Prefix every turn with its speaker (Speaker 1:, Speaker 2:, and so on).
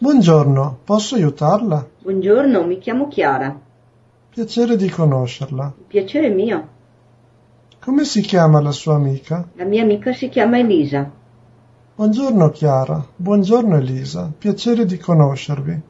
Speaker 1: Buongiorno, posso aiutarla?
Speaker 2: Buongiorno, mi chiamo Chiara.
Speaker 1: Piacere di conoscerla.
Speaker 2: Piacere mio.
Speaker 1: Come si chiama la sua amica?
Speaker 2: La mia amica si chiama Elisa.
Speaker 1: Buongiorno Chiara, buongiorno Elisa, piacere di conoscervi.